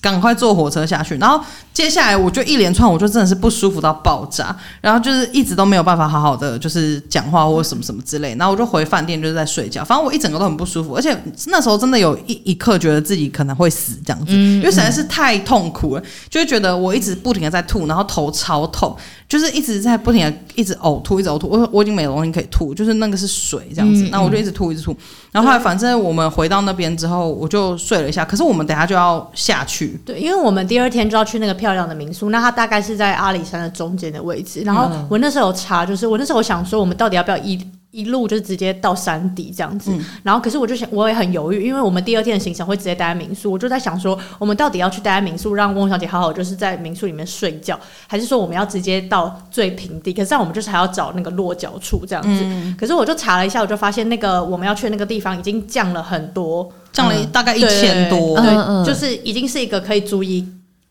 A: 赶快坐火车下去，然后接下来我就一连串，我就真的是不舒服到爆炸，然后就是一直都没有办法好好的就是讲话或什么什么之类。然后我就回饭店就是在睡觉，反正我一整个都很不舒服，而且那时候真的有一一刻觉得自己可能会死这样子，
C: 嗯
A: 因为实在是太痛苦了，就会觉得我一直不停的在吐，然后头超痛，就是一直在不停的一直呕吐，一直呕吐。我我已经没有东西可以吐，就是那个是水这样子
C: 嗯，
A: 那、我就一直吐一直吐。然后后来反正我们回到那边之后，我就睡了一下，可是我们等一下就要下去，
B: 对，因为我们第二天就要去那个漂亮的民宿，那它大概是在阿里山的中间的位置。然后
A: 嗯
B: 我那时候有查，就是我那时候想说，我们到底要不要一一路就直接到山底这样子？
A: 嗯
B: 然后可是我就想，我也很犹豫，因为我们第二天的行程会直接待在民宿，我就在想说，我们到底要去待在民宿，让翁小姐好好就是在民宿里面睡觉，还是说我们要直接到最平地？可是这样我们就是还要找那个落脚处这样子。
A: 嗯
B: 可是我就查了一下，我就发现那个我们要去的那个地方已经降了很多。
A: 降了大概一
B: 对
A: 千多。
B: 嗯对，
C: 嗯嗯
B: 就是已经是一个可以足以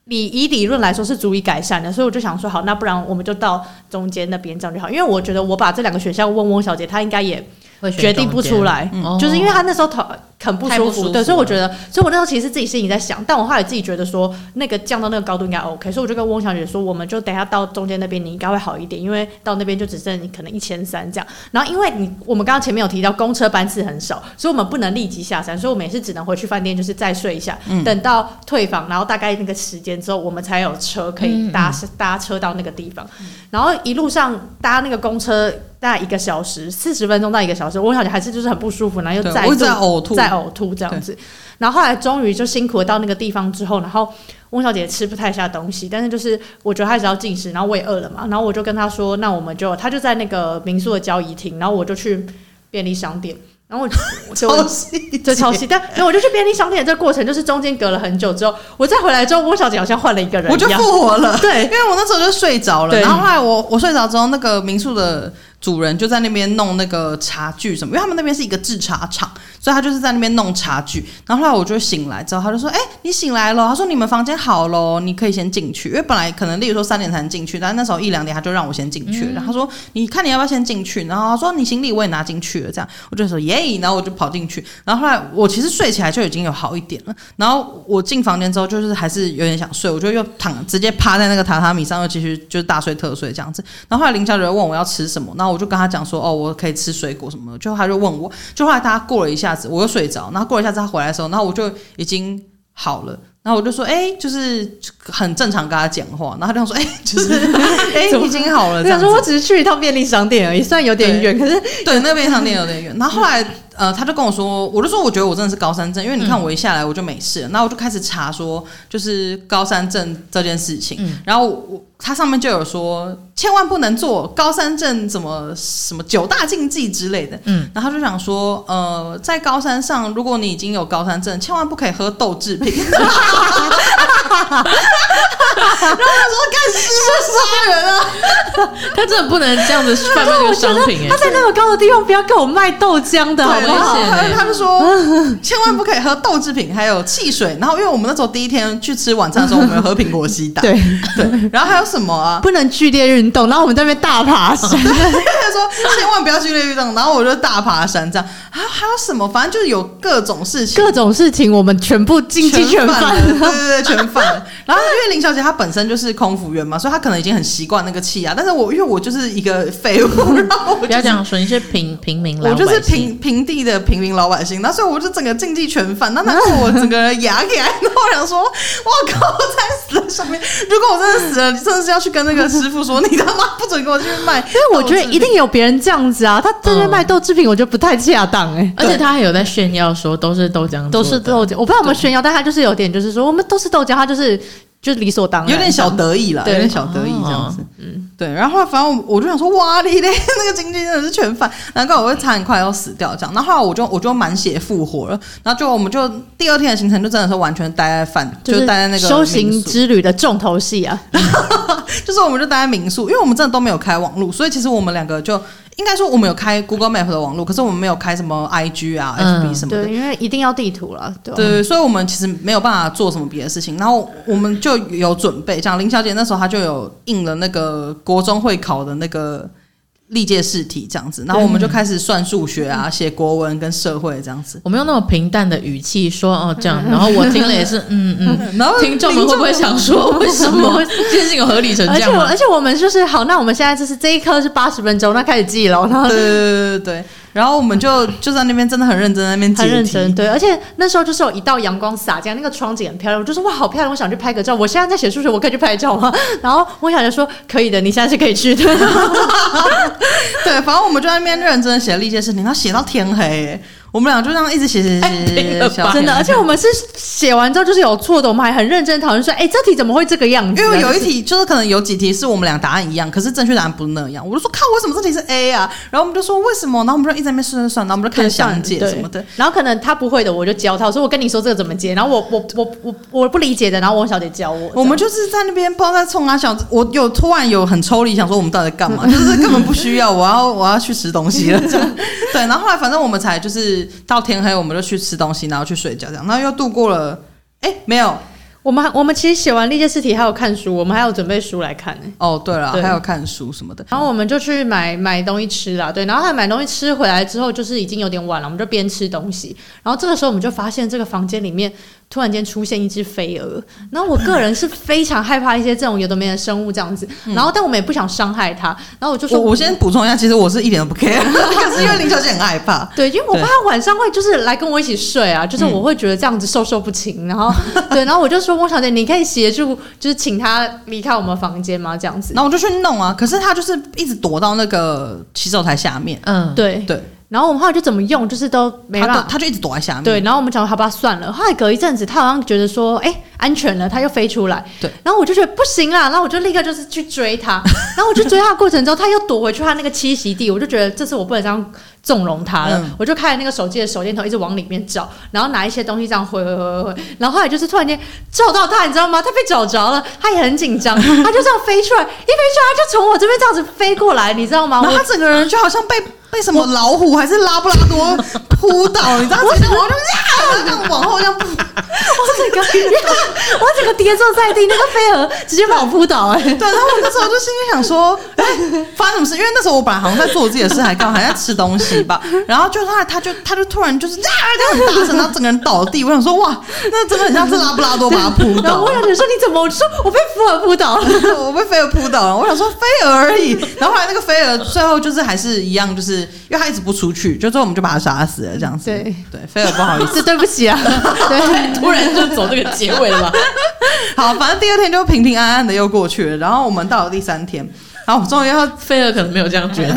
B: 理以理论来说是足以改善的，所以我就想说，好，那不然我们就到中间那边这样就好，因为我觉得我把这两个选项问翁小姐，她应该也
C: 会选
B: 决定不
A: 嗯
B: 出来，
C: 中间哦
B: 就是因为她那时候头很不
C: 太
B: 舒
C: 不
B: 服，
C: 舒服
B: 对，所以我
C: 了
B: 觉得，所以我那时候其实自己心里在想，但我后来自己觉得说，那个降到那个高度应该 OK，所以我就跟翁小姐说，我们就等一下到中间那边，你应该会好一点，因为到那边就只剩可能一千三这样。然后因为你我们刚刚前面有提到公车班次很少，所以我们不能立即下山，所以我们也是只能回去饭店就是再睡一下，
C: 嗯
B: 等到退房，然后大概那个时间之后，我们才有车可
C: 嗯
B: 以搭、搭车到那个地方。然后一路上搭那个公车大概一个小时，四十分钟到一个小时，我想还是就是很不舒服，然后又
A: 对
B: 再
A: 我一直
B: 度
A: 在呕吐
B: 再呕吐这样子。然后后来终于就辛苦的到那个地方之后，然后翁小姐吃不太下东西，但是就是我觉得她只要进食，然后我也饿了嘛，然后我就跟她说，那我们就她就在那个民宿的交易厅，然后我就去便利商店，然后我就 我就
A: 超细，
B: 就超细，但没有我就去便利商店的这个过程，就是中间隔了很久之后，我再回来之后，翁小姐好像换了一个人
A: 我就
B: 一样，
A: 复活了。
B: 对
A: 因，为我那时候就睡着了，
B: 对
A: 然后后来我我睡着之后，那个民宿的主人就在那边弄那个茶具什么，因为他们那边是一个制茶厂，所以他就是在那边弄茶具。然后后来我就醒来之后，他就说：“哎、你醒来了。”他说：“你们房间好喽，你可以先进去。”因为本来可能例如说三点才能进去，但那时候一两点他就让我先进去。然后他说：“你看你要不要先进去？”然后他说：“你行李我也拿进去了。”这样我就说：“耶！”然后我就跑进去。然后后来我其实睡起来就已经有好一点了。然后我进房间之后，就是还是有点想睡，我就又躺直接趴在那个榻榻米上，又继续就是大睡特睡这样子。然后后来林小姐就问我要吃什么，然后我就跟她讲说，哦，我可以吃水果什么的。就她就问我，就后来她过了一下子，我又睡着。然后过了一下子她回来的时候，然后我就已经好了。然后我就说，哎、就是很正常跟她讲话。然后她就说，哎、就是哎、
B: 怎么
A: 已经好了。
B: 我
A: 这样
B: 想
A: 子
B: 说，我只是去一趟便利商店而已，虽然有点远，可是
A: 对，那边商店有点远。然后后来，呃，他就跟我说，我就说我觉得我真的是高山症，因为你看我一下来我就没事了，那、我就开始查说就是高山症这件事情，然后我它上面就有说千万不能做高山症怎么什么九大禁忌之类的，嗯，然后他就想说，呃，在高山上如果你已经有高山症，千万不可以喝豆制品。 然后我说干是不是杀人啊？
C: 他真的不能这样 子贩卖这
B: 我
C: 个
B: 觉
C: 商
B: 得
C: 品
B: 他
C: 哎，
B: 在那么高的地方，不要跟我卖豆浆的好
A: 对，
B: 不
A: 然后
B: 好？
C: 危险欸
A: 他就说千万不可以喝豆制品，还有汽水。然后因为我们那时候第一天去吃晚餐的时候，我们有喝苹果西打，
B: 对，
A: 对，然后还有什么 啊？
B: 不能剧烈运动，然后我们在那边大爬山，
A: 他就说千万不要去烈运动，然后我就大爬山这样。还有还有什么？反正就是有各种事情，
B: 各种事情我们全部尽
A: 全
B: 鸡全
A: 犯
B: 犯
A: 了，对对对，全犯了。 然后因为林小姐她本身就是空服员嘛，所以她可能已经很习惯那个气压。但是我因为我就是一个废物，然后我
C: 不
A: 就
C: 要
A: 是
C: 这样说，你是平平民老
A: 我就是
C: 百姓
A: 平平地的平民老百姓，那所以我就整个竞技全犯，那难怪我整个人牙起来，然后我想说，我靠，我才死在上面！如果我真的死了，真的是要去跟那个师傅说，你他妈不准给我去 卖，因
B: 因为我觉得一定有别人这样子啊，他在那边
C: 嗯
B: 卖豆制品，我觉得不太恰当哎、
A: 嗯
C: 而且他还有在炫耀说都是豆浆做的，
B: 都是豆浆，我不知道有没有炫耀，但他就是有点就是说我们都是豆浆，他就是就是理所当然，
A: 有点小得意啦，有
B: 对哦
A: 点小得意这样子。嗯，对。然后后来反正我我就想说，哇你嘞，那个经济真的是全反，难怪我会差点快要死掉这样。然后后来我就我就满血复活了，然后就我们就第二天的行程就真的是完全待在饭，
B: 就
A: 就是待在那个
B: 修
A: 民
B: 行
A: 宿
B: 之旅的重头戏啊，
A: 就是我们就待在民宿，因为我们真的都没有开网络，所以其实我们两个就应该说我们有开 Google Map 的网络，可是我们没有开什么 IG 啊、
C: 嗯
A: FB 什么的。
B: 对，因为一定要地图了，对吧啊
A: 对，所以我们其实没有办法做什么别的事情，然后我们就有准备，像林小姐那时候她就有印了那个国中会考的那个历届试题这样子，然后我们就开始算数学啊、写国文跟社会这样子，
C: 我们用那种平淡的语气说哦这样， 然后我听了也是嗯嗯，
A: 然后
C: 听众们会不会想 说为什么 这件事情有合理成
B: 而且
C: 这样
B: 我
C: 吗
B: 而？且我们就是好，那我们现在就是这一科是八十分钟，那开始记了，然后
A: 对对对对对，然后我们就就在那边真的很认真在那边解
B: 很
A: 题，
B: 认真，对，而且那时候就是有一道阳光洒进来，那个窗景很漂亮，我就说哇，好漂亮，我想去拍个照。我现在在写数学，我可以去拍 照吗？然后我想着说，可以的，你现在是可以去的。
A: 对，反正我们就在那边认真地写了一件事情，他写到天黑、欸我们俩就这样一直写写写写
C: 拼了
A: 写写，
C: 吧
B: 真的，而且我们是写完之后就是有错的，我们还很认真讨论说，哎、这题怎么会这个样子啊？
A: 因为有
B: 就
A: 一
B: 是
A: 题就是可能有几题是我们俩答案一样，可是正确答案不是那样。我就说靠，为什么这题是 A 啊？然后我们就说为什么？然后我们就一直在那边算算算，然后我们就看详解什么的
B: 对。然后可能他不会的，我就教他，我说我跟你说这个怎么解，然后我我我我我不理解的，然后王小姐教我，
A: 我们就是在那边不知道在冲啊想，我有突然有很抽离，想说我们到底在干嘛？就是根本不需要，我要我要去吃东西了这样。 对，然后后来反正我们才就是到天黑，我们就去吃东西，然后去睡觉这样，然后又度过了。哎、没有，
B: 我们还我们其实写完历届试题还有看书，我们还有准备书来看、欸
A: 哦，对了，
B: 对
A: 还有看书什么的。
B: 然后我们就去买买东西吃啦，对，然后他买东西吃回来之后，就是已经有点晚了，我们就边吃东西，然后这个时候我们就发现这个房间里面突然间出现一只飞蛾，然后我个人是非常害怕一些这种有的没的生物这样子，然后但我们也不想伤害它，然后我就说
A: 嗯我我先补充一下，其实我是一点都 不 care，可是因为林小姐很害怕。
B: 对，因为我
A: 对
B: 怕他晚上会就是来跟我一起睡啊，就是我会觉得这样子授受不亲，然后对，然后我就说翁小姐，你可以协助，就是请他离开我们房间吗？这样子，
A: 然后我就去弄啊，可是她就是一直躲到那个洗手台下面，
C: 嗯，
B: 对
A: 对，
B: 然后我们后来就怎么用，就是都没
A: 她
B: 办
A: 都
B: 法
A: 她就一直躲在下面。
B: 对，然后我们想说好吧，算了。后来隔一阵子，他好像觉得说，哎、安全了，它又飞出来。
A: 对，
B: 然后我就觉得不行啦，然后我就立刻就是去追它， 然后我去追它的过程中，它又躲回去它那个栖息地，我就觉得这次我不能这样纵容它了，
A: 嗯
B: 我就开了那个手机的手电筒一直往里面照，然后拿一些东西这样挥挥挥挥挥，然后后来就是突然间照到它，你知道吗？它被找着了，它也很紧张，它就这样飞出来，一飞出来它就从我这边这样子飞过来，你知道吗？
A: 然后
B: 我
A: 他整个人就好像被被什么老虎还是拉布拉多扑倒，你知道？我就我就呀，这样往后这样扑，
B: 我整个，我整个跌坐在地，那个飞蛾直接把我扑倒、哎，
A: 对，然后我那时候就心里想说， 哎，发生什么事？因为那时候我本来好像在做我自己的事，还刚好还在吃东西吧。 然后就他，他就他就突然就是呀，这样很大声，然后整个人倒地。我想说，哇，那真的很像是拉布拉多把他扑
B: 然
A: 倒
B: 后我。想你说你怎么？我说我被福尔扑倒了。
A: 我被飞蛾扑倒了，我想说飞蛾而已。 然后后来那个飞蛾最后就是还是一样，就是因为他一直不出去，就最后我们就把他杀死了，这样子。
B: 对
A: 对，飞蛾不好意思。
B: 是对不起啊，对，
C: 突然就走这个结尾了吧？
A: 好，反正第二天就平平安安的又过去了。然后我们到了第三天，然后我们终于要
C: 菲儿可能没有这样觉得，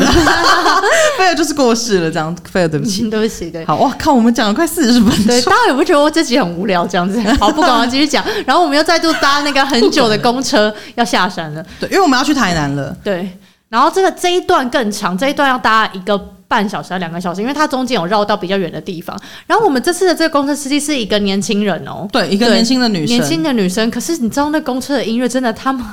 A: 菲尔就是过世了，这样菲尔对不起。
B: 对不起，对。
A: 好，哇靠，我们讲了快四十分
B: 对，
A: 钟
B: 大，家也不觉得我这集很无聊这样子？好，不管了，继续讲。然后我们又再度搭那个很久的公车要下山了，
A: 对，因为我们要去台南了。
B: 对。然后这个这一段更长，这一段要搭一个半小时还两个小时，因为它中间有绕到比较远的地方。然后我们这次的这个公车司机是一个年轻人哦，
A: 对，一个
B: 对
A: 年轻的女生。
B: 年轻的女生，可是你知道那公车的音乐真的他妈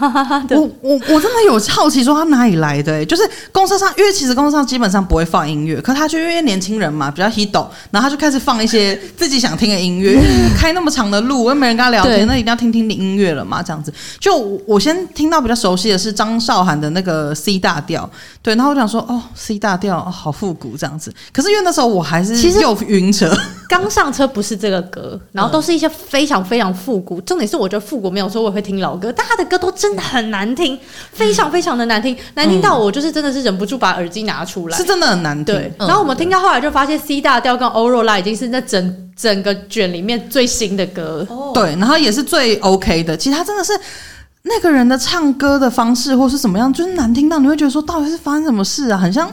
B: 的
A: 我我我真的有好奇，说她哪里来的、欸？就是公车上，因为其实公车上基本上不会放音乐，可她就因为年轻人嘛，比较 h i t 然后她就开始放一些自己想听的音乐。 因为开那么长的路，又没人跟她聊
B: 对
A: 天，那一定要听听你音乐了嘛，这样子。就我我先听到比较熟悉的是张韶涵的那个 C 大调，对，然后我想说，哦，C 大调、哦、好复古这样子。可是因为那时候我还是
B: 其实
A: 又晕车，
B: 刚上车不是这个歌，然后都是一些非常非常复古。重点是我觉得复古没有说我也会听老歌，但他的歌都真的很难听，非常非常的难听，难听到我就是真的是 忍不住把耳机拿出来
A: 是。真的很难听。
B: 对，
C: 嗯
B: 然后我们听到后来就发现 C 大调跟欧若拉已经是那整整个卷里面最新的歌。
A: 对，然后也是最 OK 的。其实他真的是那个人的唱歌的方式或是怎么样，就是难听到你会觉得说到底是发生什么事啊？很像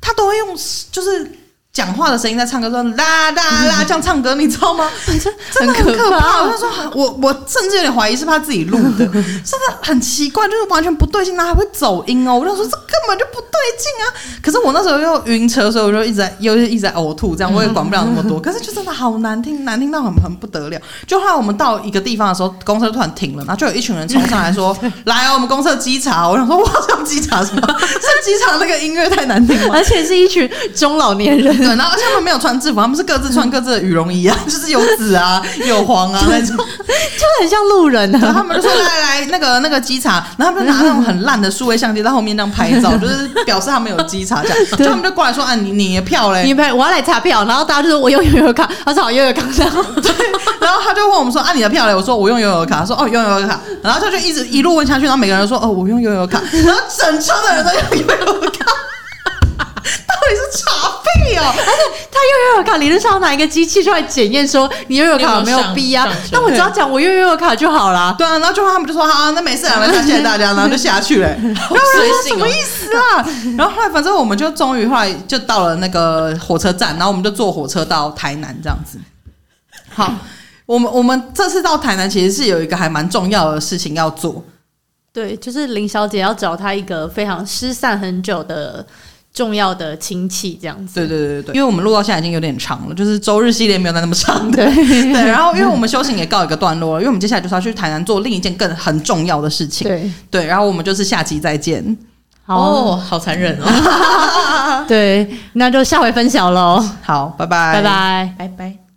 A: 他都会用就是讲话的声音在唱歌，说啦啦啦这样唱歌，你知道吗？嗯 真的很可怕。我就说，我我甚至有点怀疑是不是他自己录 的，真的很奇怪，就是完全不对劲，他啊还会走音哦。我就说这根本就不对劲啊！可是我那时候又晕车，所以我就一直在又一直在呕吐，这样我也管不了那么 多。可是就真的好难听，难听到很很不得了。就后来我们到一个地方的时候，公车突然停了，然后就有一群人冲上来 说：“来哦，我们公车稽查。”我想说，哇，像稽查什么？是稽查那个音乐太难听吗？
B: 而且是一群中老年人，
A: 对，然后而且他们没有穿制服，他们是各自穿各自的羽绒衣啊， 就是有紫啊、有黄啊那种。
B: 就很像路人
A: 然后
B: 啊。
A: 他们就说来来那个那个稽查，然后他们就拿那种很烂的数位相机在后面那样拍照，就是表示他们有稽查这 样。就他们就过来说啊，你你的票
C: 哎
A: 嘞
B: 你？们我要来查票，然后大家就说我用悠悠卡，他说好悠悠卡，然后
A: 然后他就问我们说啊，你的票嘞？我说我用悠游卡，他说哦用悠游卡，然后他就一直一路问下去，然后每个人都说哦我用悠游卡，然后整车的人都用悠游卡， 到底是查屁哦？
B: 他用悠游卡理论上要拿一个机器出来检验，说你悠游卡有没有逼啊
C: 你有没有上？
B: 那我只要讲我用悠游卡就好啦。
A: 对啊，然后就他们就说好、啊，那没事啊，来谢谢大家，然后就下 去了、
C: 好随
A: 什
C: 性
A: 么
C: 哦
A: 意。思啊？ 然后后来反正我们就终于后来就到了那个火车站，然后我们就坐火车到台南这样子。好，我们我们这次到台南其实是有一个还蛮重要的事情要做，
B: 对，就是林小姐要找她一个非常失散很久的重要的亲戚，这样子。
A: 对对对对对，因为我们录到现在已经有点长了，就是周日系列没有那么长的。
B: 对
A: 对，然后因为我们修行也告一个段落了，因为我们接下来就是要去台南做另一件更很重要的事情。
B: 对，
A: 对，然后我们就是下集再见。
B: 好，
C: 哦，好残忍哦！
B: 对，那就下回分享喽，
A: 好，拜拜，
B: 拜拜。
C: 拜拜。